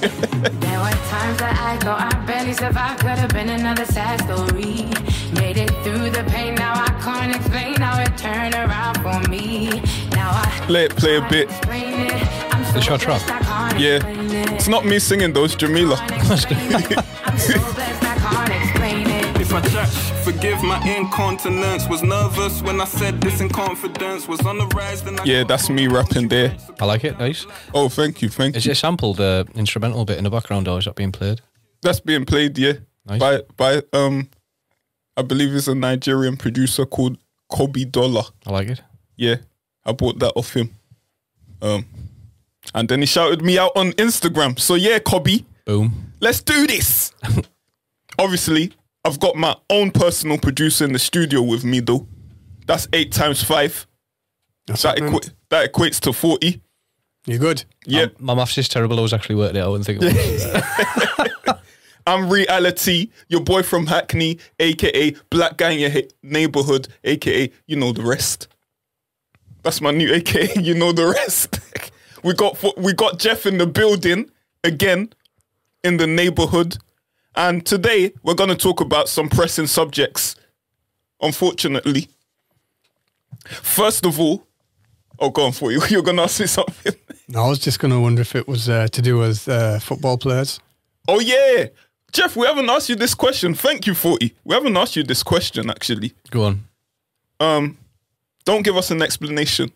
There were times that I go, I barely survived. Could have been another sad story. Made it through the pain. Now I can't explain how it turned around for me. Now I Let it play a bit. The short drop. Yeah. It's not me singing though, it's Jamila. If I judge, forgive my incontinence. Was nervous when I said this in confidence. Was on the rise, then I Yeah, that's me rapping there. I like it. Nice. Oh, thank you, thank Is you. it sampled uh, instrumental bit in the background or is that being played? That's being played, yeah. Nice. By by um I believe it's a Nigerian producer called Kobe Dollar. I like it. Yeah. I bought that off him. Um and then he shouted me out on Instagram. So yeah, Kobe, Boom. let's do this. Obviously, I've got my own personal producer in the studio with me though. That's eight times five. That's That happening. equi- that equates to forty. You're good. Yeah. Um, my maths is terrible. I was actually working it out and oh, thinking, I'm reality. Your boy from Hackney, aka black guy in your he- neighborhood, aka you know the rest. That's my new aka. You know the rest. we got fo- we got Jeff in the building again, in the neighborhood, and today we're gonna talk about some pressing subjects. Unfortunately, first of all, oh, go on for you. You're gonna ask me something. No, I was just going to wonder if it was uh, to do with uh, football players. Oh yeah, Jeff, we haven't asked you this question. Thank you, Forty. We haven't asked you this question actually. go on. Um, don't give us an explanation.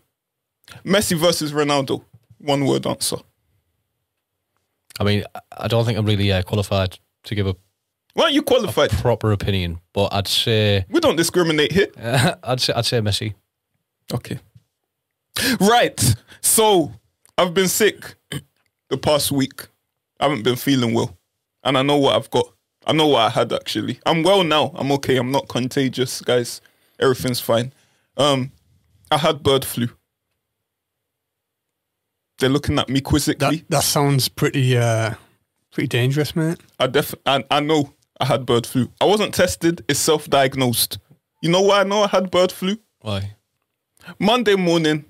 Messi versus Ronaldo. One word answer. I mean, I- I don't think I'm really uh, qualified to give a Why aren't you qualified? proper opinion, but I'd say, We don't discriminate here. I'd say, I'd say Messi. Okay. Right. So I've been sick the past week. I haven't been feeling well, and I know what I've got. I know what I had actually. I'm well now. I'm okay. I'm not contagious, guys. Everything's fine. Um, I had bird flu. They're looking at me quizzically. That that sounds pretty uh, pretty dangerous, mate. I def I, I know I had bird flu. I wasn't tested, it's self-diagnosed. You know why I know I had bird flu? Why? Monday morning,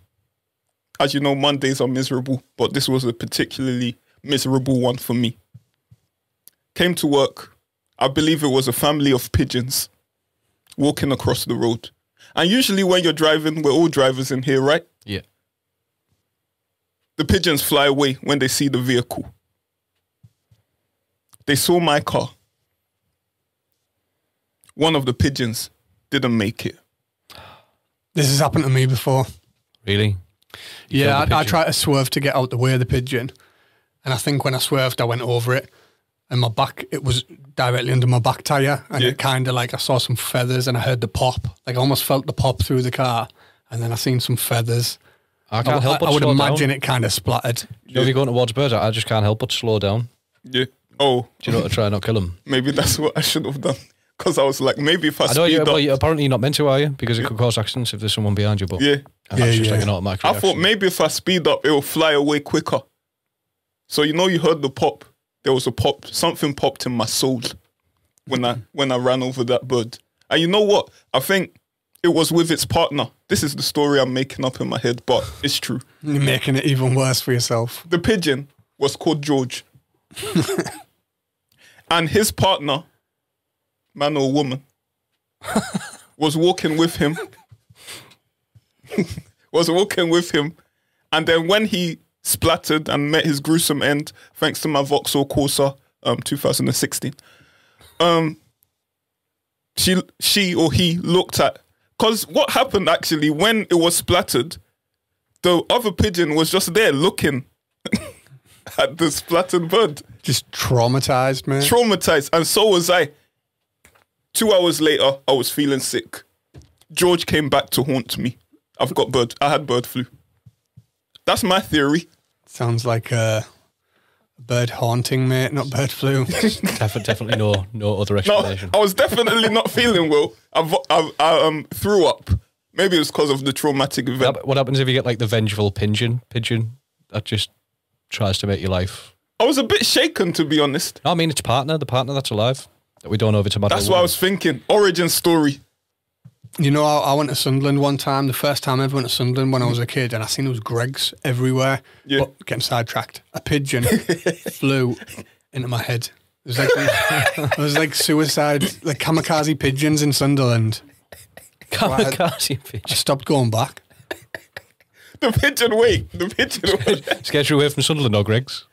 as you know, Mondays are miserable, but this was a particularly miserable one for me. Came to work, I believe it was a family of pigeons walking across the road. And usually when you're driving, we're all drivers in here, right? Yeah. The pigeons fly away when they see the vehicle. They saw my car. One of the pigeons didn't make it. This has happened to me before. Really? You yeah, killed the I, I pigeon. tried to swerve to get out the way of the pigeon, and I think when I swerved, I went over it, and my back it was directly under my back tire, and Yeah. it kind of like I saw some feathers, and I heard the pop. Like I almost felt the pop through the car, and then I seen some feathers. I can't help I, but would slow imagine down. it kind of splattered. You know, if you're going towards birds, I I just can't help but slow down. Yeah. Oh, Do you know to try and not kill them? maybe that's what I should have done. Because I was like, maybe if I, I know speed you, up. well, you apparently you're not meant to, are you? Because it could cause accidents if there's someone behind you. But yeah. that's just yeah. like an automatic I reaction. thought maybe if I speed up, it'll fly away quicker. So you know, you heard the pop. There was a pop. Something popped in my soul when I when I ran over that bird. And you know what? I think it was with its partner. This is the story I'm making up in my head, but it's true. You're making it even worse for yourself. The pigeon was called George, and his partner, man or woman, was walking with him. was walking with him, and then when he splattered and met his gruesome end, thanks to my Vauxhall Corsa, um, 2016, um, she she or he looked at because what happened actually when it was splattered, the other pigeon was just there looking at the splattered bird Just traumatized, mate. traumatized, and so was I. Two hours later, I was feeling sick. George came back to haunt me. I've got bird. I had bird flu. That's my theory. Sounds like a bird haunting, mate, not bird flu. Defi- definitely no, no other No, explanation. I was definitely not feeling well. I've, I've, I um, threw up. Maybe it was because of the traumatic event. What happens if you get like the vengeful pigeon? Pigeon that just tries to make your life. I was a bit shaken, to be honest. No, I mean it's partner, the partner that's alive that we don't know if it's a man. or That's what I woman. was thinking. Origin story. You know, I, I went to Sunderland one time, the first time I ever went to Sunderland when I was a kid, and I seen those Greggs everywhere. Yeah. But getting sidetracked, a pigeon flew into my head. It was like it was like suicide, like kamikaze pigeons in Sunderland. Kamikaze I pigeon. stopped going back. The pigeon wait. The pigeon wait. Let's you away from Sunderland or Greg's.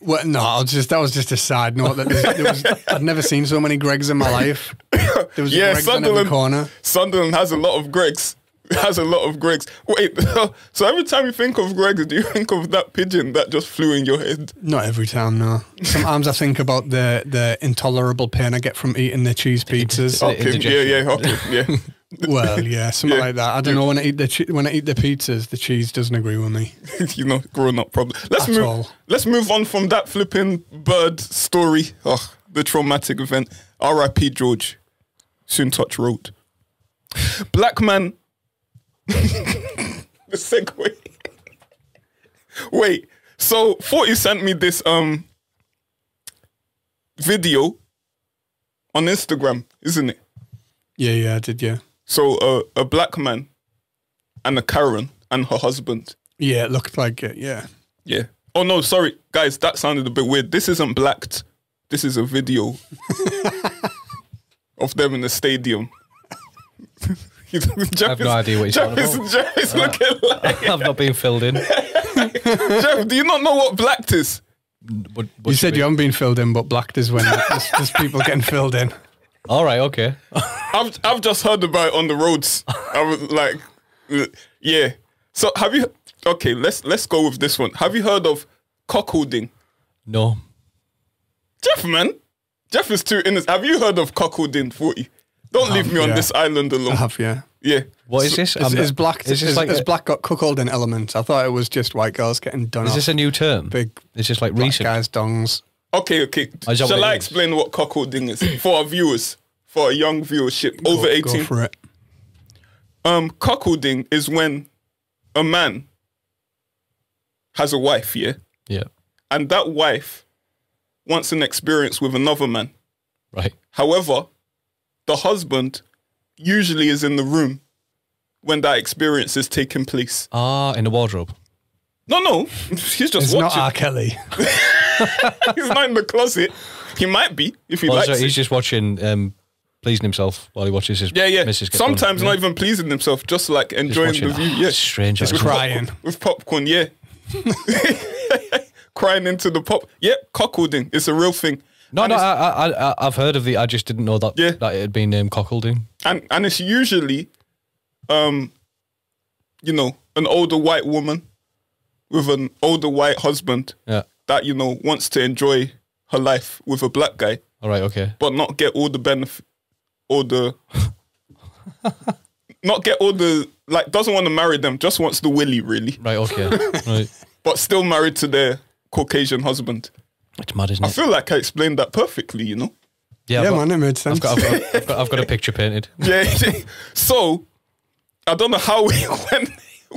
Well, no, I was just that was just a side note. That there was, there was, I'd never seen so many Gregs in my life. There was Yeah, Gregs on every Sunderland. corner. Sunderland has a lot of Gregs. Has a lot of Gregs. Wait, so every time you think of Gregs, do you think of that pigeon that just flew in your head? Not every time, no. Sometimes I think about the the intolerable pain I get from eating the cheese pizzas. Oh. Hopkins, yeah, Indigestion. yeah, Hopkins, yeah. Well, yeah, something Yeah. like that. I don't know when I eat the che- when I eat the pizzas, the cheese doesn't agree with me. you know, grown up problem. Let's At move. all. Let's move on from that flipping bird story. Ugh, the traumatic event. R.I.P. George. Soon touch road. Black man. the segue. Wait. So Forty sent me this um video on Instagram, isn't it? Yeah, yeah, I did, yeah. So uh, a black man and a Karen and her husband. Yeah, it looked like it, yeah. Yeah. Oh no, sorry, guys, that sounded a bit weird. This isn't blacked. This is a video of them in the stadium. Jeff no idea what you're Jeff talking is, about. Jeff is looking like I've not been filled in. Jeff. Do you not know what blacked is? What, what You should said we- you haven't been filled in, but blacked is when there's, there's people getting filled in. All right, okay. I've I've just heard about it on the roads. I was like, uh, yeah. So have you? Okay, let's let's go with this one. Have you heard of cockholding? No. Jeff, man, Jeff is too innocent. Have you heard of cockholding? Forty. Don't leave me on yeah. this island I alone. have, yeah. Yeah. What is this? Is, I'm- is black Is is, this like? is a- black got cuckold in element? I thought it was just white girls getting done. Is off this a new term? big It's just like black recent. guys' dongs? Okay, okay. I jump Shall what it I is. explain what cockholding is for our viewers, for our young viewership over Go- eighteen? Go for it. Um, cockholding is when a man has a wife, yeah, Yeah. and that wife wants an experience with another man. Right. However, the husband usually is in the room when that experience is taking place. Ah, in the wardrobe. No, no, he's just It's not watching. R. Kelly. he's not in the closet. He might be if he Oh, likes so it. he's just watching, um, pleasing himself while he watches his Yeah, yeah. missus get done. Sometimes Yeah. not even pleasing themselves, just like enjoying the watching. view. Ah, yeah, it's strange, Just isn't it? with Crying. popcorn- with popcorn. Yeah, crying into the pop. Yep, cockholding. It's a real thing. No, and no, it's, I, I, I- I, I've heard of the. I just didn't know that Yeah. that it had been um, cockolding. and and it's usually, um, you know, an older white woman with an older white husband Yeah. that you know wants to enjoy her life with a black guy, All right. Okay. but not get all the benefit, all the. Not get all the like doesn't want to marry them, just wants the willy really. Right. Okay. right. but still married to their Caucasian husband. It's mad, isn't I it? feel like I explained that perfectly, you know? Yeah, I've got, man, it made sense. I've got, I've got, I've got, I've got a picture painted. Yeah. so I don't know how we went,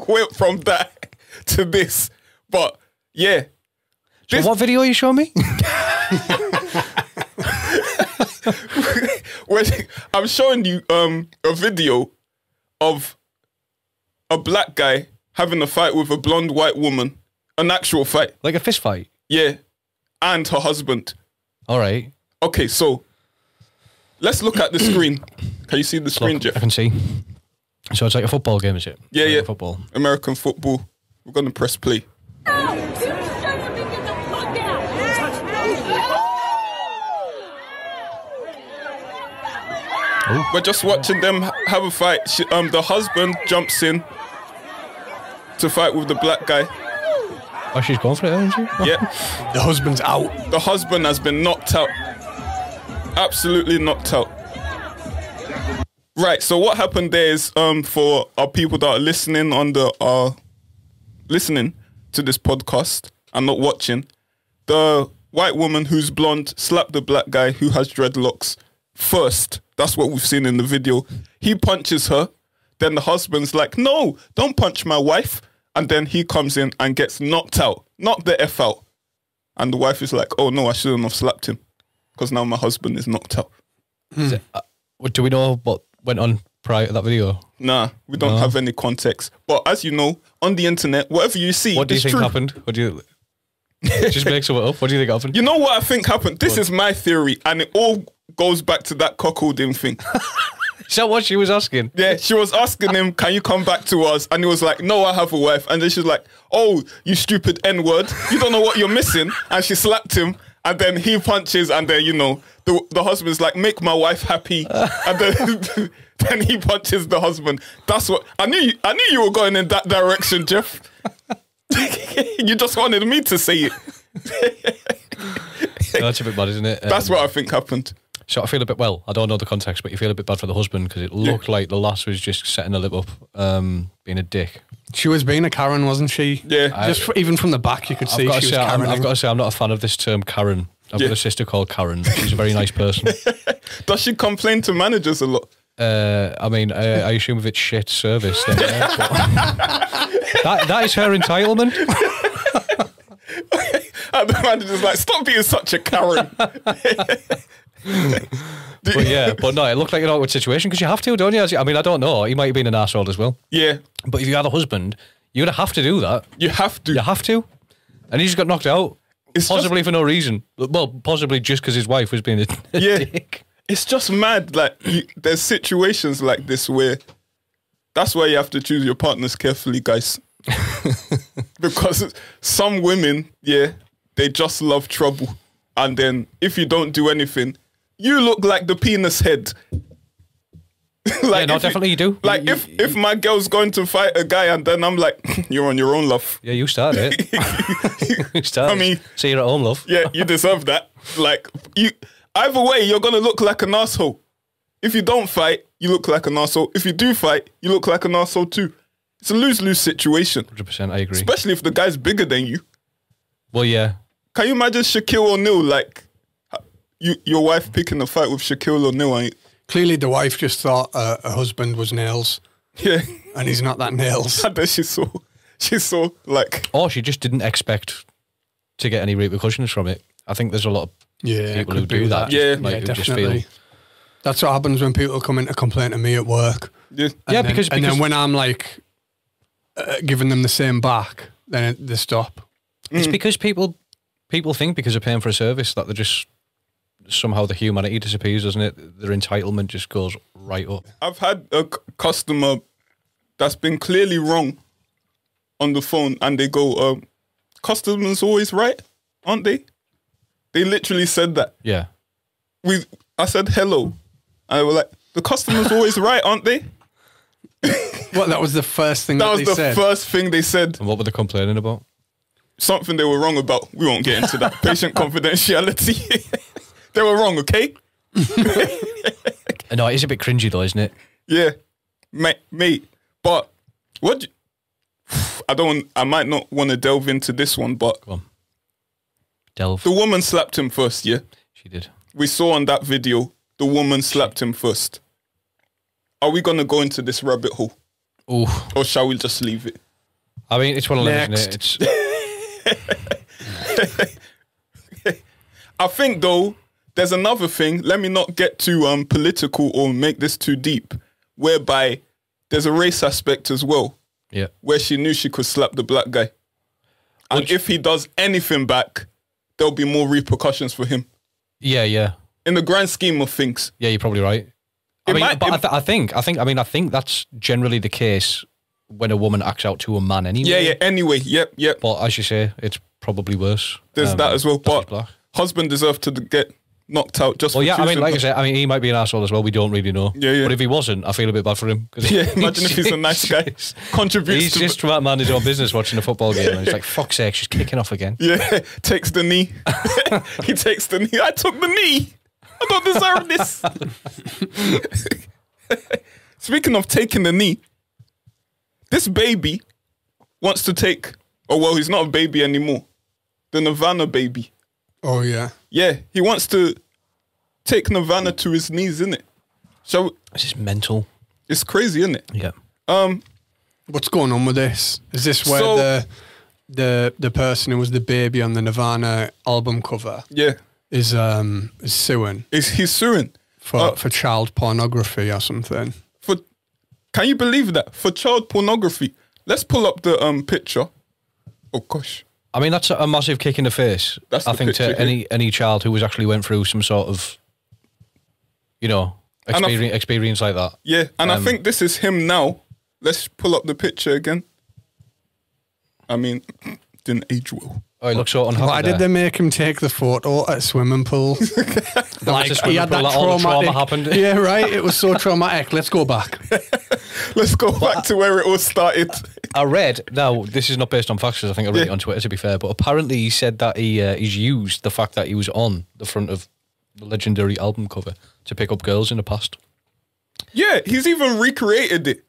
went from that to this, but yeah. So what video are you showing me? When, I'm showing you um, a video of a black guy having a fight with a blonde white woman, an actual fight. like a fist fight. Yeah. And her husband. All right. Okay, so let's look at the screen. Can you see the screen, Look, Jeff? I can see. So it's like a football game, is it? Yeah, Like yeah. a Football. American football. We're gonna press play. We're just watching them ha- have a fight. She, um, the husband jumps in to fight with the black guy. Oh, she's going for it, isn't she? Yep, the husband's out. the husband has been knocked out. Absolutely knocked out. Right. So what happened there is, um, for our people that are listening on the uh, listening to this podcast and not watching, the white woman who's blonde slapped the black guy who has dreadlocks first. That's what we've seen in the video. He punches her. Then the husband's like, no, don't punch my wife. And then he comes in and gets knocked out, knocked the F out. And the wife is like, oh no, I shouldn't have slapped him because now my husband is knocked out. Hmm. Is it- uh, what- do we know what went on prior to that video? Nah, we don't have any context. But as you know, on the internet, whatever you see, What do you it's think true. happened? What do you? Just make something up. What do you think happened? You know what I think happened? This is my theory, and it all goes back to that cuckolding thing. Is that what she was asking? Yeah, she was asking him, "Can you come back to us?" And he was like, "No, I have a wife." And then she's like, "Oh, you stupid N word! You don't know what you're missing." And she slapped him, and then he punches, and then you know the the husband's like, "Make my wife happy," and then then he punches the husband. That's what I knew. You, I knew you were going in that direction, Jeff. you just wanted me to say it. No, that's a bit bad, isn't it? Um, That's what I think happened. So I feel a bit well. I don't know the context, but you feel a bit bad for the husband because it looked like the lass was just setting her lip up, um, being a dick. She was being a Karen, wasn't she? Yeah. I- Just f even from the back, you could see I've she got, to was say, I'm, Karen. I've got to say, I'm not a fan of this term Karen. I've Yeah. got a sister called Karen. She's a very nice person. Does she complain to managers a lot? Uh, I mean, uh, I assume if it's shit service, then yeah, but- that that is her entitlement. And the manager's like, "Stop being such a Karen." But yeah, but no, it looked like an awkward situation because you have to, don't you? I mean, I don't know. He might have been an asshole as well. Yeah, But if you had a husband, you're gonna have to do that. you have to. You have to. And he just got knocked out, It's possibly for no reason. Well, possibly just because his wife was being a a Yeah. dick. It's just mad. Like you, there's situations like this where that's why you have to choose your partners carefully, guys. because some women, yeah, they just love trouble, and then if you don't do anything, you look like the penis head. like Yeah, no, if you- definitely you do. Like You- if if my girl's going to fight a guy and then I'm like, you're on your own, love. Yeah, you started it. you started. I mean- see you at home, love. Yeah, you deserve that. Like you, either way, you're gonna look like an asshole. If you don't fight, you look like an asshole. If you do fight, you look like an asshole too. It's a lose lose situation, 100%, I agree. especially if the guy's bigger than you. well, yeah. Can you imagine Shaquille O'Neal like you, your wife picking a fight with Shaquille O'Neal? And, Clearly, the wife just thought uh, her husband was nails, yeah, and he's not that nails. and then she saw, she saw like Or she just didn't expect to get any repercussions from it. I think there's a lot of Yeah, it people could who be do that. that. Yeah. like, yeah, who just definitely. feel. That's what happens when people come in to complain to me at work. yeah, And Yeah, then- because- and because- then when I'm like uh, giving them the same back, then it, they stop. Mm. It's because people people think because they're paying for a service that they're just somehow the humanity disappears, doesn't it? Their entitlement just goes right up. I've had a c- customer that's been clearly wrong on the phone, and they go, um, "Customers always right, aren't they?" They literally said that. Yeah. We, I said hello, and they were like, "The customer's always right, aren't they?" What? That was the first thing that, That was they the said. first thing they said. And what were they complaining about? Something they were wrong about. We won't get into that. Patient confidentiality. they were wrong, okay? No, it is a bit cringy though, isn't it? Yeah, mate, mate. But what? Do, I don't. I might not want to delve into this one, but Delve. The woman slapped him first, yeah? She did. We saw on that video, the woman slapped him first. Are we going to go into this rabbit hole Ooh. or shall we just leave it? I mean, it's one of them, isn't it? It's, I think, though, there's another thing. Let me not get too um, political or make this too deep, whereby there's a race aspect as well, yeah. where she knew she could slap the black guy. And if he does anything back, there'll be more repercussions for him. Yeah, yeah. In the grand scheme of things, Yeah, you're probably right. I It mean, might- but I, it- th- I think, I think, I mean, I think that's generally the case when a woman acts out to a man anyway. yeah, yeah. Anyway, yep, yep. But as you say, it's probably worse. There's Um, that as well. that But is black. husband deserved to get knocked out just Well, for yeah, I mean, choosing- like I said, I mean, he might be an asshole as well. We don't really know. Yeah, yeah. But if he wasn't, I feel a bit bad for him. 'cause yeah, imagine if he's a nice guy. Contributes He's to just that man his own business watching a football game. And it's like, fuck's sake, she's kicking off again. yeah, takes the knee. he takes the knee. I took the knee. I don't deserve this. Speaking of taking the knee, this baby wants to take. Oh well, he's not a baby anymore. The Nirvana baby. Oh yeah. Yeah, he wants to take Nirvana to his knees, innit? So This is mental. it's crazy, innit? Yeah. Um, What's going on with this? Is this where So- the the the person who was the baby on the Nirvana album cover yeah, is um is suing it's, he's suing. for Oh. Uh, for child pornography or something? for can you believe that for child pornography let's pull up the um picture oh gosh I mean, that's a a massive kick in the face. That's I the think picture, to yeah. any any child who has actually went through some sort of, you know, And I- experience, experience like that. Yeah, and I Um, think this is him now. Let's pull up the picture again. I mean, didn't age well. Oh, he looks so unhappy. Why did there. they make him take the photo at swimming pools? like just he swimming had that pool, all the traumatic. trauma happened. Yeah, right. It was so traumatic. Let's go back. Let's go back to where it all started. I read now. This is not based on facts. 'cause I think I read Yeah. it on Twitter. To be fair, but apparently he said that he uh, he's used the fact that he was on the front of the legendary album cover to pick up girls in the past. Yeah, he's even recreated it.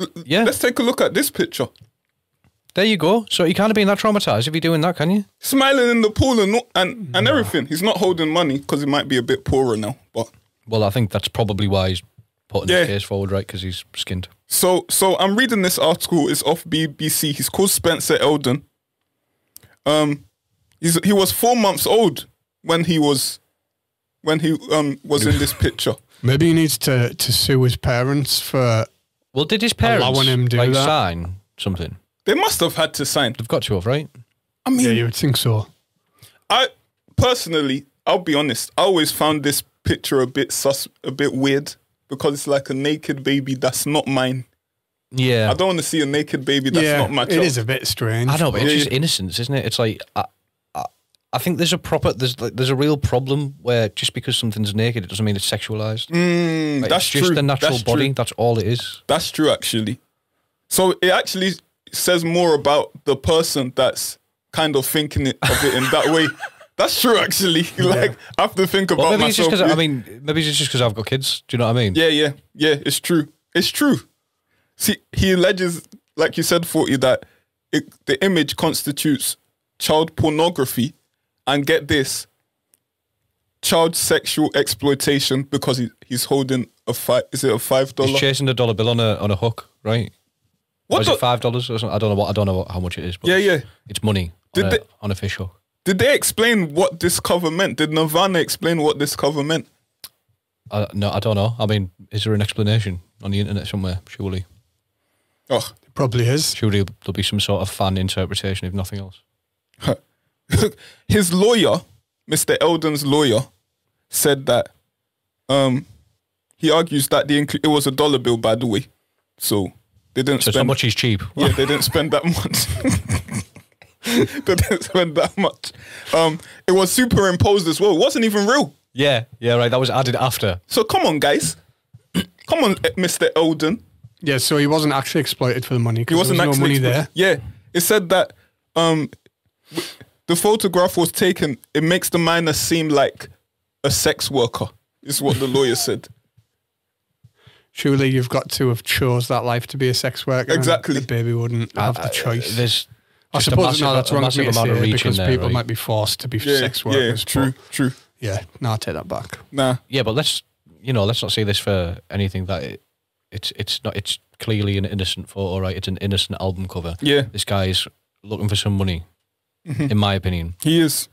L- Yeah. Let's take a look at this picture. There you go. So you can't have been that traumatized if you're doing that, can you? Smiling in the pool and all- and, and everything. He's not holding money because he might be a bit poorer now. But Well, I think that's probably why he's putting Yeah. his case forward, right? Because he's skinned. So, so I'm reading this article. It's off BBC. He's called Spencer Eldon. Um, he's he was four months old when he was when he um was in this picture. Maybe he needs to, to sue his parents for. Well, did his parents Allowing him do like that. sign something? They must have had to sign. They've got to have, right? I mean, Yeah, you would think so. I personally, I'll be honest. I always found this picture a bit sus, a bit weird because it's like a naked baby that's not mine. Yeah, I don't want to see a naked baby that's yeah, not my it child. is a bit strange. I know, but it's Yeah, just yeah. innocence, isn't it? It's like I, I, I think there's a proper there's like, there's a real problem where just because something's naked, it doesn't mean it's sexualized. Mm, Like, that's it's just true. the natural that's body. True. That's all it is. That's true, actually. So it actually says more about the person that's kind of thinking it, of it in that way. That's true, actually. Like I have to think about Well, maybe it's just myself. because I with- mean, maybe it's just because I've got kids. Do you know what I mean? yeah, yeah, yeah. It's true. It's true. See, he alleges, like you said, forty, that it, the image constitutes child pornography, and get this, child sexual exploitation because he, he's holding a five. Is it a five He's dollar? chasing a dollar bill on a on a hook, right? What What is it? the? Five dollars or something? I don't know what. I don't know what, how much it is. But Yeah, yeah. It's money Did on, a, they- on a fish hook. Did they explain what this cover meant? Did Nirvana explain what this cover meant? I, no, I don't know. I mean, is there an explanation on the internet somewhere? Surely, Oh, It probably is. surely there'll be some sort of fan interpretation, if nothing else. his lawyer, Mr. Eldon's lawyer, said that um, he argues that the inclu- it was a dollar bill, by the way, so they didn't So it's not spend much is cheap. Yeah, they didn't spend that much. they didn't spend that much. Um, it was superimposed as well. It wasn't even real. yeah, yeah, right. That was added after. So come on, guys. Come on, Mr. Eldon. Yeah, so he wasn't actually exploited for the money It because there was no money there. Yeah, it said that um, w- the photograph was taken. It makes the minor seem like a sex worker. Is what the lawyer said. Surely you've got to have chose that life to be a sex worker. and Exactly. The baby wouldn't have the choice. Uh, There's I just a suppose massive- no, that's a wrong of massive me to amount of say reach in because there, people right? might be forced to be Yeah, sex yeah, workers. but- true, true. Yeah, no, I take that back. Nah, yeah, but let's you know, let's not say this for anything that it, it's it's not it's clearly an innocent photo, right? It's an innocent album cover. Yeah. this guy is looking for some money, in my opinion, he is,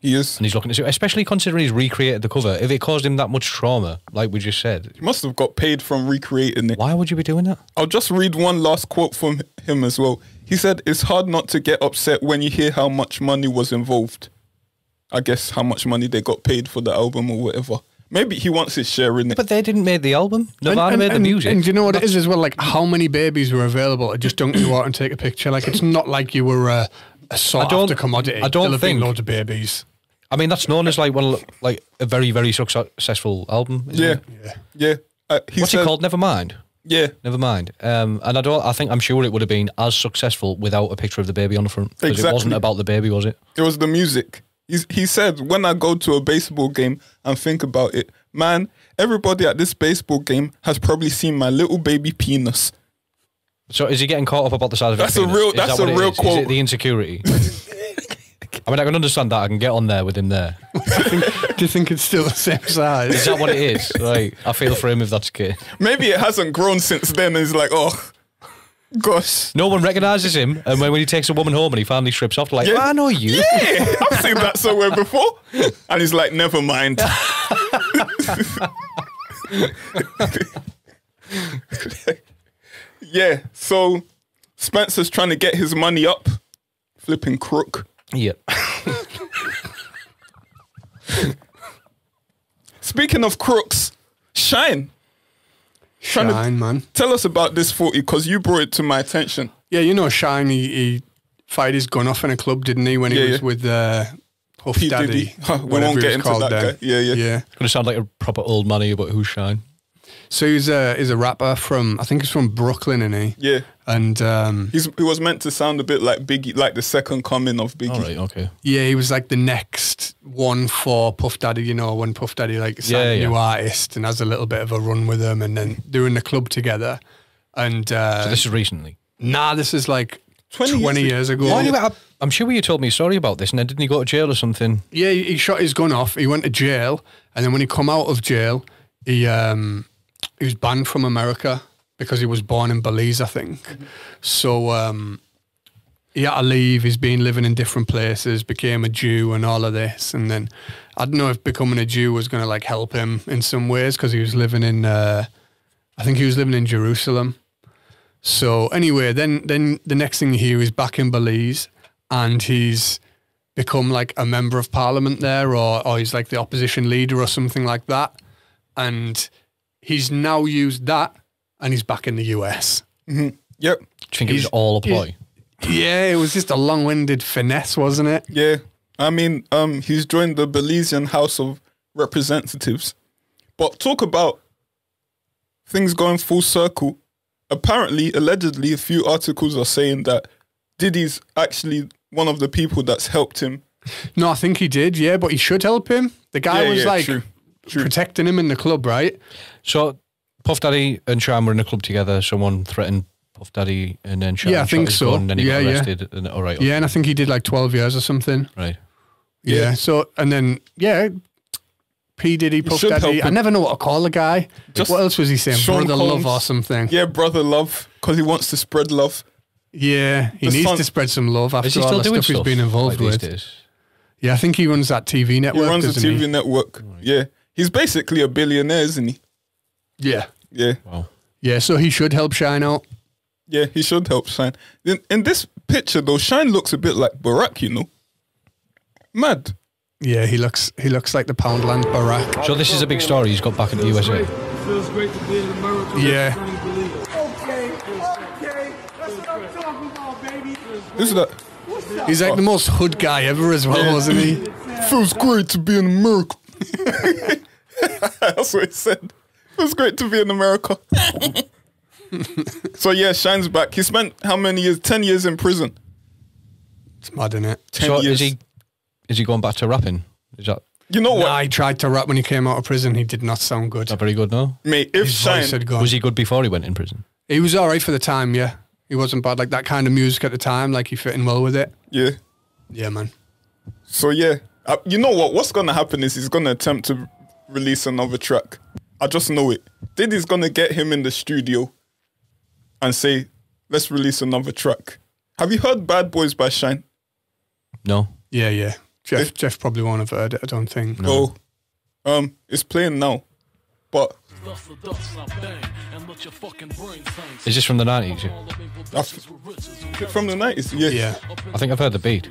he is. and he's looking to, especially considering he's recreated the cover. If it caused him that much trauma, like we just said, He must have got paid from recreating it. why would you be doing that? I'll just read one last quote from him as well. He said, "It's hard not to get upset when you hear how much money was involved. I guess how much money they got paid for the album or whatever. Maybe he wants his share in it. But they didn't make the album. Nirvana made the and, music. And do you know what it is as well? Like how many babies were available to just dunk you out and take a picture? Like it's not like you were a, a sought don't- after commodity. I don't There'll have been think- loads of babies. I mean, that's known as like one of, the- like a very very success- successful album. isn't yeah, it? yeah, yeah. Uh, he What's said- it called? Nevermind. Yeah, Never mind. Um, and I don't. I think I'm sure it would have been as successful without a picture of the baby on the front because Exactly. it wasn't about the baby, was it? It was the music. He, he said, when I go to a baseball game and think about it, man, everybody at this baseball game has probably seen my little baby penis. So is he getting caught up about the size of his That's a penis? real- Is that's that what a it real is? Is quote. it the insecurity? I mean, I can understand that. I can get on there with him there. Do you think it's still the same Is size? that what it is? Like, I feel for him if that's the case. Maybe it hasn't grown since then. And he's like, oh, gosh. No one recognises him, and when, when he takes a woman home and he finally strips off, like, Yeah. I know you. Yeah, I've seen that somewhere before. And he's like, never mind. yeah, so Spencer's trying to get his money up. Flipping crook. Yeah. Speaking of crooks, Shine. Trying to Shine, man. tell us about this 40 because you brought it to my attention. Yeah, you know, Shine, he, he fired his gun off in a club, didn't he, when he Yeah, was yeah. with uh, Puff P. Daddy? Diddy. Huh, we whatever won't he get was into called that then. guy. Yeah, yeah. Yeah. Gonna sound like a proper old man here, but who's shine? So he's a, he's a rapper from, I think he's from Brooklyn, isn't he? Yeah. And um, He's, he was meant to sound a bit like Biggie, like the second coming of Biggie. All right, okay. yeah, he was like the next one for Puff Daddy, you know, when Puff Daddy like signed Yeah, a new yeah. artist and has a little bit of a run with him and then they're in the club together. And uh, So this is recently. nah, this is like 20 20, years ago. years ago. Why do you- I- I'm sure you told me a story about this, and then didn't he go to jail or something? Yeah, he he shot his gun off. He went to jail, and then when he come out of jail, he um, he was banned from America because he was born in Belize, I think. So um, he had to leave. He's been living in different places, became a Jew, and all of this. And then I don't know if becoming a Jew was going to like help him in some ways because he was living in, uh, I think he was living in Jerusalem. So anyway, then then the next thing you hear is back in Belize, and he's become like a member of parliament there, or or he's like the opposition leader or something like that, and he's now used that, and he's back in the US. Yep. Do you think it was He's- all a ploy? Yeah, it was just a long-winded finesse, wasn't it? Yeah. I mean, um, he's joined the Belizean House of Representatives. But talk about things going full circle. Apparently, allegedly, a few articles are saying that Diddy's actually one of the people that's helped him. No, I think he did. Yeah, but he should help him. The guy Yeah, yeah, was like true, protecting him in the club, right? So Puff Daddy and Shine were in a club together. Someone threatened Puff Daddy, and then Shine Yeah, I shot think his so. gun, and then he Yeah, got yeah. arrested. And all right, Yeah, and I think he did like twelve years or something. right. Yeah. So and then yeah, P Diddy, Puff should Daddy. help I him. never know what to call the guy. Just what else was he saying? Sean Brother Collins. love or something? Yeah, brother love, because he wants to spread love. Yeah, he The needs son- to spread some love after Is he all still the doing stuff, stuff he's been involved like with. These days? Yeah, I think he runs that TV He network. runs the doesn't TV network. Yeah. He's basically a billionaire, isn't he? He? Yeah, Yeah. Wow. yeah. So he should help Shine out. Yeah, he should help Shine. In, in this picture, though, Shine looks a bit like Barack, you know? Mad. Yeah, he looks he looks like the Poundland Barack. So this is a big story. He's got back into the USA. Feels great to be in America. Yeah. Okay, okay. That's what I'm talking about, baby. Who's that? What's up? He's like the most hood guy ever as well, Yeah. wasn't Oh, he? Feels great to be in America. That's what it said. Feels great to be in America. so yeah, Shine's back. He spent how many years? Ten years in prison. It's mad, is it? Ten So years. is he? Is he going back to rapping? Is that you know what, Nah, he tried to rap when he came out of prison. He did not sound good. not very good? No. mate? If His voice Shine, had gone. Was he good before he went in prison? He was all right for the time. Yeah, he wasn't bad. Like that kind of music at the time, like he fit in well with it. yeah. Yeah, man. So yeah, Uh, you know what? What's gonna happen is he's gonna attempt to release another track. I just know it. Diddy's gonna get him in the studio and say, "Let's release another track." Have you heard "Bad Boys" by Shine? No. Yeah, yeah. Jeff Jeff probably won't have heard it. I don't think. Oh, um, it's playing now, but Is this from the nineties? from the nineties, yeah. Yeah. I think I've heard the beat.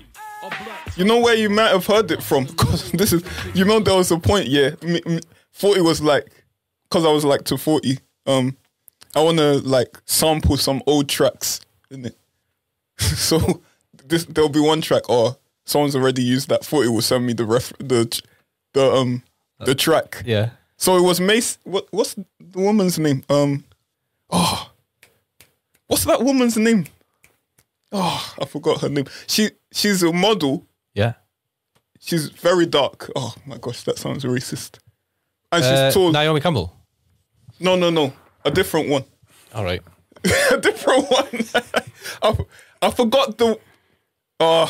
You know where you might have heard it from? Because this is, you know, there was a point, yeah. Me, me, forty was like, because I was like to forty. Um, I want to like sample some old tracks, innit? so this there'll be one track, or someone's already used that. Forty will send me the ref, the, the um, the track. Yeah. So it was Mace. What, what's the woman's name? Um, oh, what's that woman's name? Oh, I forgot her name. She she's a model. Yeah. She's very dark. Oh my gosh, that sounds racist. And she's Uh, tall. Naomi Campbell. no, no, no, a different one. All right. a different one. I, I forgot the. Uh,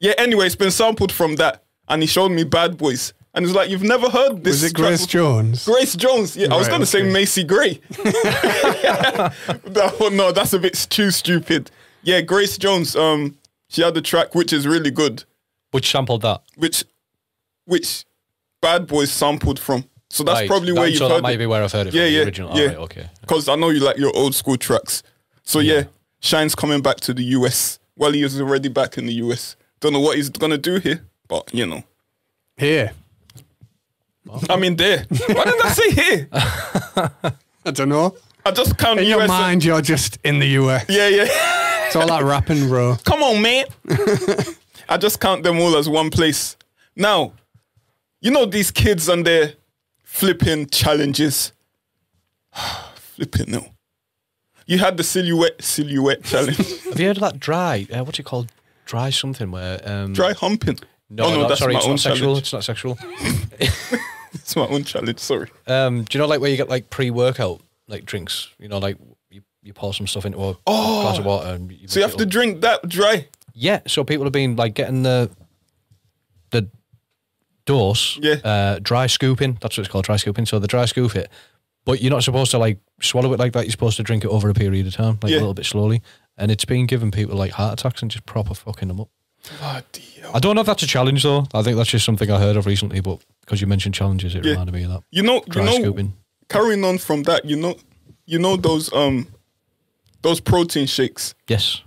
yeah. Anyway, it's been sampled from that, and he showed me Bad Boys, and it's like you've never heard this. Was it track Grace before." Jones? Grace Jones. Yeah, I was Right, going to say okay. Macy Gray. that one, no, that's a bit too stupid. Yeah, Grace Jones. Um, she had a track which is really good, Which sampled that? which, which, Bad Boys sampled from. So that's Right, probably that- where you've so heard that might it. be where I've heard it. Yeah, from, yeah, The original. yeah. All right. Okay. Because I know you like your old school tracks. So yeah. Shine's coming back to the US. Well, he is already back in the US. Don't know what he's gonna do here, but you know. Here. I mean, there. Why didn't I say here? I don't know. I just count In US. your mind, you're just in the US. Yeah, yeah. It's all that rapping, bro. Come on, man. I just count them all as one place. Now, you know these kids and their flipping challenges. flipping no. You had the silhouette silhouette challenge. Have you heard of that dry? Uh, what's it called? Dry something where? Um, Try humping. No, Oh, no, no, that's sorry, my it's own not sexual. challenge. It's not sexual. It's my own challenge. Sorry. Um, do you know like where you get like pre-workout like drinks? You know, like you, you pour some stuff into a glass of water and you Oh, So you have mix it to up. drink that dry. yeah. So people have been like getting the the dose, Yeah. uh, dry scooping. That's what it's called, dry scooping. So the dry scoop it, but you're not supposed to like swallow it like that. You're supposed to drink it over a period of time, like Yeah. a little bit slowly. And it's been giving people like heart attacks and just proper fucking them up. I don't know if that's a challenge though. I think that's just something I heard of recently, but because you mentioned challenges, it Yeah. reminded me of that. You know, Dry you know, scooping. carrying on from that, you know, you know those um, those protein shakes. Yes.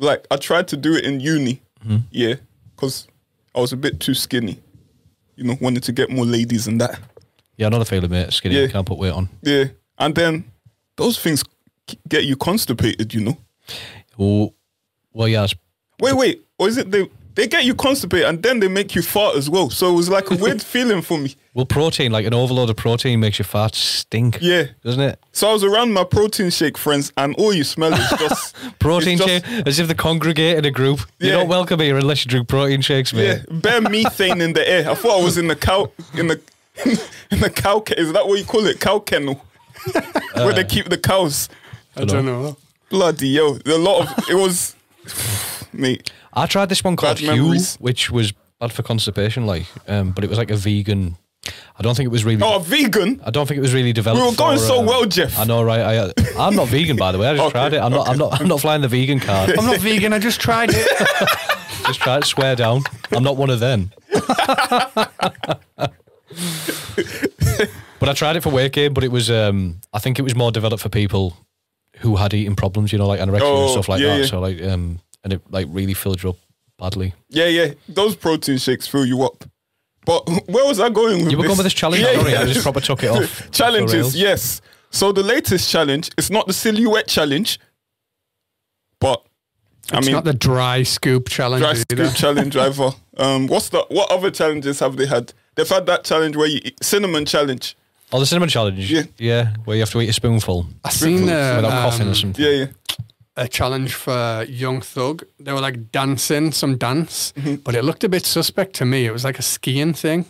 Like I tried to do it in uni, Mm-hmm. yeah, because I was a bit too skinny. You know, wanted to get more ladies and that. Yeah, another feeling, mate. Skinny, Yeah. can't put weight on. Yeah, and then those things k- get you constipated. You know. Oh, well, yeah, it's- Wait, wait, or is it they? They get you constipated and then they make you fart as well. So it was like a weird feeling for me. well, protein, like an overload of protein makes your fat stink. Yeah. Doesn't it? So I was around my protein shake friends, and all you smell is just Protein it's shake, just- as if they congregate in a group. You're Yeah. not welcome here unless you drink protein shakes, Yeah, mate. bare methane in the air. I thought I was in the cow in the in the cow. Ke- is that what you call it? Cow kennel, where Uh. they keep the cows. I don't know. Bloody yo, a lot of it was, mate. I tried this one Bad called Hue, memories. which was bad for constipation, like, um, but it was like a vegan. I don't think it was really. Oh, vegan. I don't think it was really developed. We were going for, um, so well, Jeff. I know, right? I, uh, I'm not vegan, by the way. I just Okay, tried it. I'm not. I'm not. I'm not flying the vegan card. I'm not vegan. I just tried it. just try it. Swear down. I'm not one of them. but I tried it for weight gain, but it was. Um, I think it was more developed for people who had eating problems. You know, like anorexia and Oh, stuff like yeah, that. yeah. So like, um, and it like really filled you up badly. Yeah, yeah. Those protein shakes fill you up. But where was I going with You were this? going with this challenge, sorry, I just proper took it off the rails. Challenges, yes. So the latest challenge, it's not the silhouette challenge, but I It's mean, not the dry scoop challenge. dry either. scoop challenge either. Um, what's the what other challenges have they had? They've had that challenge where you eat cinnamon challenge. Oh, the cinnamon challenge. Yeah. where you have to eat a spoonful I seen a, without coughing or um, something. Yeah, yeah. a challenge for Young Thug. They were like dancing some dance, but it looked a bit suspect to me. It was like a skiing thing.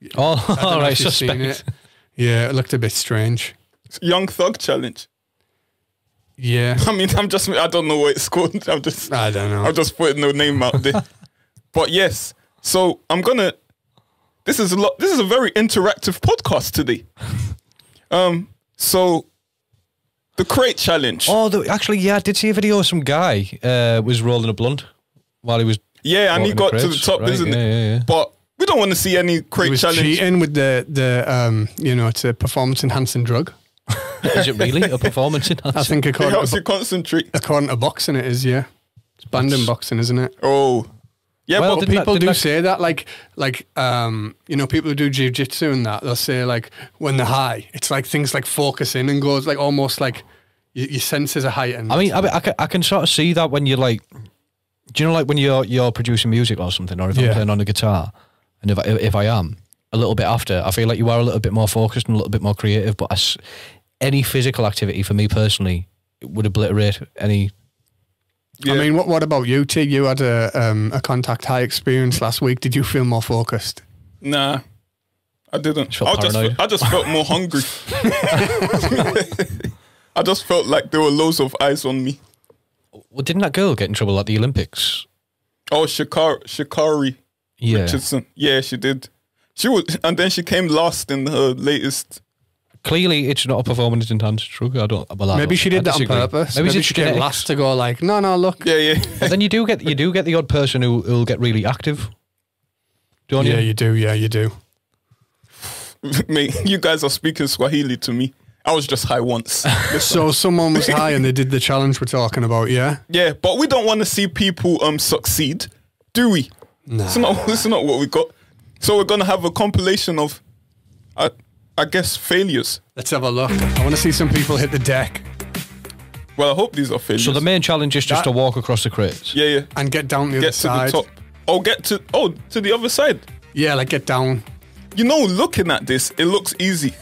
Oh, I don't all know right. if you've seen Suspect. it. Yeah, it looked a bit strange. Young Thug challenge. Yeah, I mean, I'm just I don't know what it's called. I'm just I don't know. I'm just putting the name out there. but yes, so I'm gonna. This is a lot. This is a very interactive podcast today. Um, so the crate challenge. Oh, the, actually, yeah, I did see a video of some guy uh, was rolling a blunt while he was. yeah, and he got walking to the crates, top, right, isn't yeah, it? Yeah, yeah. But we don't want to see any He crate was challenge. cheating with the the um, you know, it's a performance enhancing drug. Is it really a performance I enhancer? think It according helps you to, concentrate. according to boxing, it is. Yeah, it's banned in boxing, isn't it? Oh, yeah, Well, but didn't that- people didn't do that- say that, like, like, um, you know, people who do jujitsu and that, they'll say like when they're high, it's like things like focus in and goes like almost like your, your senses are heightened. I mean, I, mean, I, can, I can sort of see that when you're like, do you know, like when you're you're producing music or something, or if I'm Yeah. playing on a guitar, and if I, if I am a little bit after, I feel like you are a little bit more focused and a little bit more creative. But I s any physical activity for me personally would obliterate any. I mean, what what about you, T? You had a um, a contact high experience last week. Did you feel more focused? nah, I didn't. felt I just, paranoid. I just felt more hungry. I just felt like there were loads of eyes on me. Well, didn't that girl get in trouble at the Olympics? Oh, Shikari, Shikari Yeah, Richardson. Yeah, she did. She was, and then she came last in her latest. clearly it's not a performance enhanced drug. I don't. Well, I Maybe don't- she I did that on disagree. purpose. Maybe, Maybe, it's she came genetics. last to go like, no, no, look. Yeah, yeah. But then you do get you do get the odd person who who'll get really active. Don't Yeah, you? you do. Yeah, you do. Mate, you guys are speaking Swahili to me. I was just high once. So someone was high and they did the challenge we're talking about, yeah? yeah, but we don't want to see people um succeed, do we? No. It's not. It's not what we got. So we're gonna have a compilation of, I, I guess failures. Let's have a look. I want to see some people hit the deck Well, I hope these are failures. So the main challenge is just That- to walk across the crates. yeah, yeah. and get down the other Get to the side. top. Oh, get to oh to the other side. Yeah, like get down. You know, looking at this, it looks easy.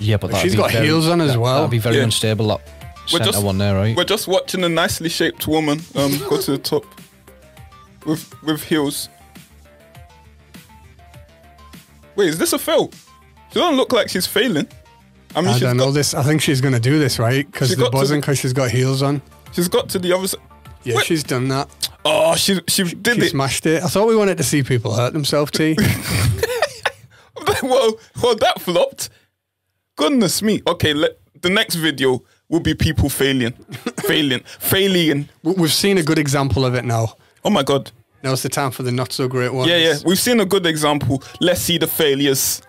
Yeah, but that'd She's be got very- heels on as that- well. That'd be very Yeah. unstable. That centre one there, right? We're just watching a nicely shaped woman um, go to the top with with heels. Wait, is this a fail? She doesn't look like she's failing. I mean, I she's don't got, know this. I think she's going to do this, right? Because She the got to buzzing, the- because she's got heels on. she's got to the other side. Yeah, Wait. she's done that. Oh, she she did She it. smashed it. I thought we wanted to see people hurt themselves, T. well, well, that flopped. Goodness me. Okay, let, the next video will be people failing, failing, failing. W- We've seen a good example of it now. Oh my god. Now it's the time for the not so great ones. Yeah, yeah. We've seen a good example. Let's see the failures.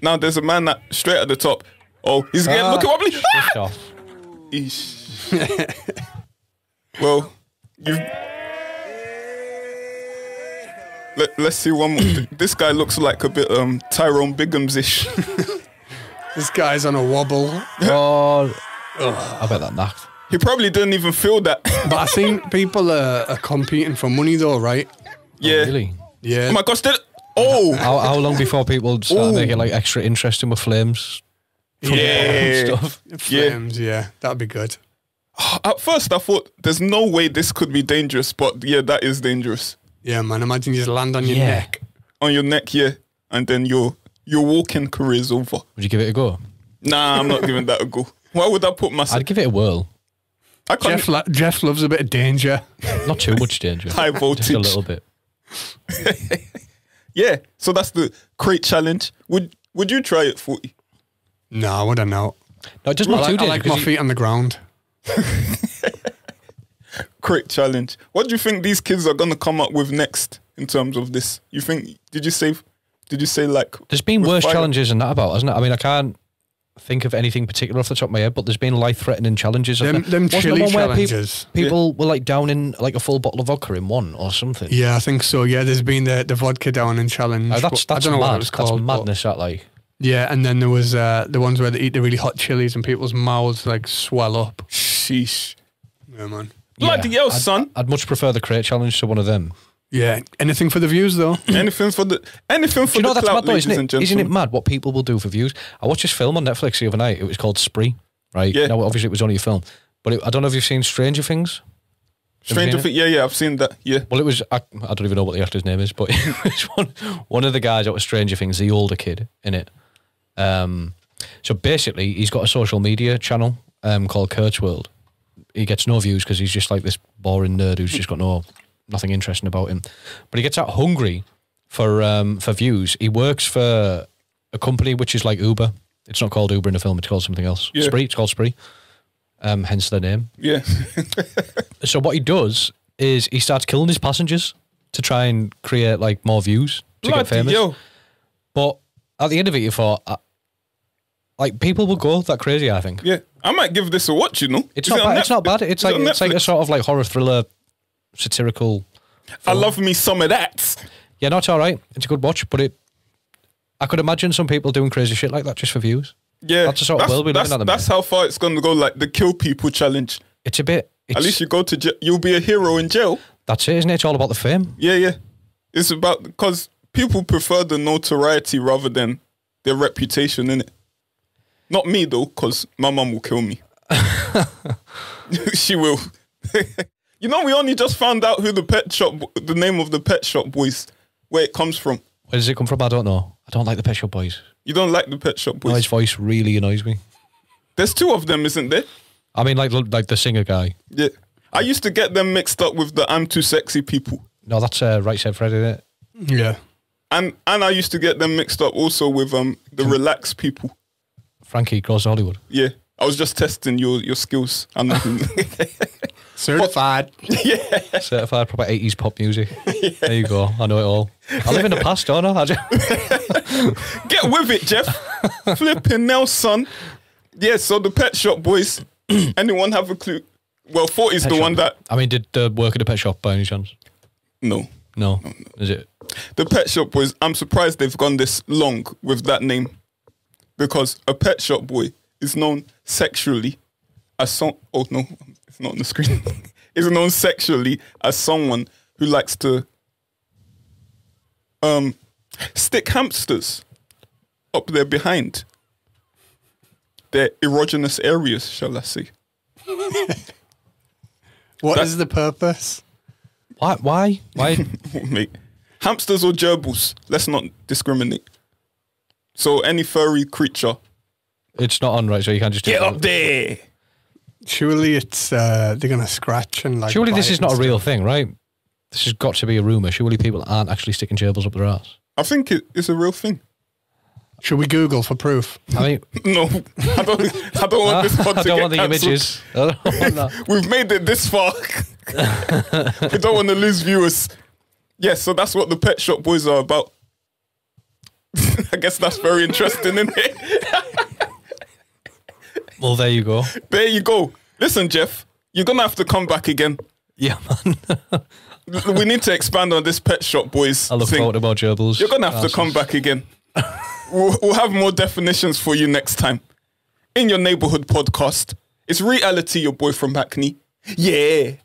Now there's a man that straight at the top. Oh, he's getting Ah. looking wobbly. Ah! Pissed off. Eesh. well, you. Let, let's see one more. this guy looks like a bit um Tyrone Biggums ish. This guy's on a wobble. Oh, I bet that knocked. he probably didn't even feel that. But I think people are, are competing for money, though, right? yeah. Really? Yeah. Oh my gosh! Did oh How, how long before people start Ooh. making like extra interesting with flames? yeah. Stuff. Flames, yeah. That'd be good. At first, I thought there's no way this could be dangerous, but yeah, that is dangerous. Yeah, man. Imagine you just land on your Yeah. neck. on your neck, yeah, and then your your walking career is over. Would you give it a go? Nah, I'm not giving that a go. Why would I put myself? I'd give it a whirl. I can't Jeff, lo- Jeff loves a bit of danger. Not too much danger. high voltage. Just a little bit. Yeah, so that's the crate challenge. Would Would you try it, Forty? No, I wouldn't know. No, just I not too like, I dangerous. like my 'cause you- feet on the ground. Crate challenge. What do you think these kids are gonna come up with next in terms of this? You think? Did you say? Did you say like? There's been with worse fire? challenges than that about, hasn't it? I mean, I can't think of anything particular off the top of my head, but there's been life-threatening challenges. Them- I've- them wasn't there chili one where peop- challenges. People were like down in like a full bottle of vodka in one or something. Yeah, I think so. Yeah, there's been the, the vodka down and challenge. Now, but Oh, that's that's I don't know mad. what it was called. that's but- madness. That like yeah, and then there was uh, the ones where they eat the really hot chilies and people's mouths like swell up. Sheesh. Yeah, man. Bloody hell, I'd- son. I'd much prefer the crate challenge to one of them. Yeah, anything for the views though. Anything for the anything for Do you know the that's clout, mad though, ladies isn't and it? gentlemen. Isn't it mad what people will do for views? I watched this film on Netflix the other night. It was called Spree, right? Yeah. Now, obviously, it was only a film, but it, I don't know if you've seen Stranger Things. Stranger Things. Things. Yeah, yeah, I've seen that. Yeah. Well, it was, I, I don't even know what the actor's name is, but it was one, one of the guys out of Stranger Things, the older kid in it. Um, so basically, he's got a social media channel um, called Kurt's World. He gets no views because he's just like this boring nerd who's just got no nothing interesting about him. But he gets out hungry for um, for views. He works for a company which is like Uber. It's not called Uber in the film; it's called something else. Yeah. Spree. It's called Spree. Um, hence the name Yeah. so what he does is he starts killing his passengers to try and create like more views to get famous. hell. But at the end of it, you thought, uh, like people will go that crazy. I think Yeah, I might give this a watch. You know, it's Is not it on bad. It's not Netflix? bad. It's Is it like on it's like a Netflix? sort of like horror thriller, satirical. I love me some of that. Yeah, no, it's all right. It's a good watch, but it. I could imagine some people doing crazy shit like that just for views. Yeah, That's the sort of world we live in that's, at the that's how far it's going to go. Like the kill people challenge. It's a bit. It's, At least you go to jail. You'll be a hero in jail. that's it, isn't it? It's all about the fame. Yeah, yeah. It's about because people prefer the notoriety rather than their reputation in it. Not me though, because my mum will kill me. she will. you know, we only just found out who the pet shop, the name of the pet shop boys, where it comes from. Where does it come from? I don't know. I don't like the Pet Shop Boys. You don't like the pet shop boys. No, his voice really annoys me. There's two of them, isn't there? I mean, like like the singer guy. Yeah. I used to get them mixed up with the I'm too sexy people. No, that's uh, Right Said Fred, isn't it? Yeah. And and I used to get them mixed up also with um the relaxed people. Frankie goes to Hollywood. Yeah. I was just testing your your skills. I know. Certified. Certified proper 80s pop music. There you go. I know it all. I live in the past, don't I? I just- get with it, Jeff. Flipping now, son. yeah, so the Pet Shop Boys. anyone have a clue? Well, 40 is the Shop. one that. I mean, did the work at a pet shop by any chance? No. No. Is it? The Pet Shop Boys, I'm surprised they've gone this long with that name because a Pet Shop Boy is known sexually as some. Oh no, it's not on the screen. is known sexually as someone who likes to um, stick hamsters up their behind their erogenous areas, shall I say? What That- is the purpose? Why? Why? Why? Oh, mate. Hamsters or gerbils? Let's not discriminate. So any furry creature, it's not on right, so you can't just do get that. up there. Surely it's uh, they're gonna scratch and like. Surely this bite is not a and real thing, right? This has got to be a rumor. Surely people aren't actually sticking gerbils up their ass. I think it is a real thing. stuff. Should we Google for proof? I mean, No, I don't. I don't want this pod to I don't get want the cancelled. images. I don't want that. We've made it this far. we don't want to lose viewers. Yes, so that's what the Pet Shop Boys are about. I guess that's very interesting, isn't it? Well, there you go. There you go. Listen, Jeff, you're gonna have to come back again. Yeah, man. We need to expand on this Pet Shop Boys I look thing. forward to more gerbils. You're gonna have to asses. come back again. we'll, we'll have more definitions for you next time. In your neighborhood podcast, it's reality. Your boy from Hackney. Yeah.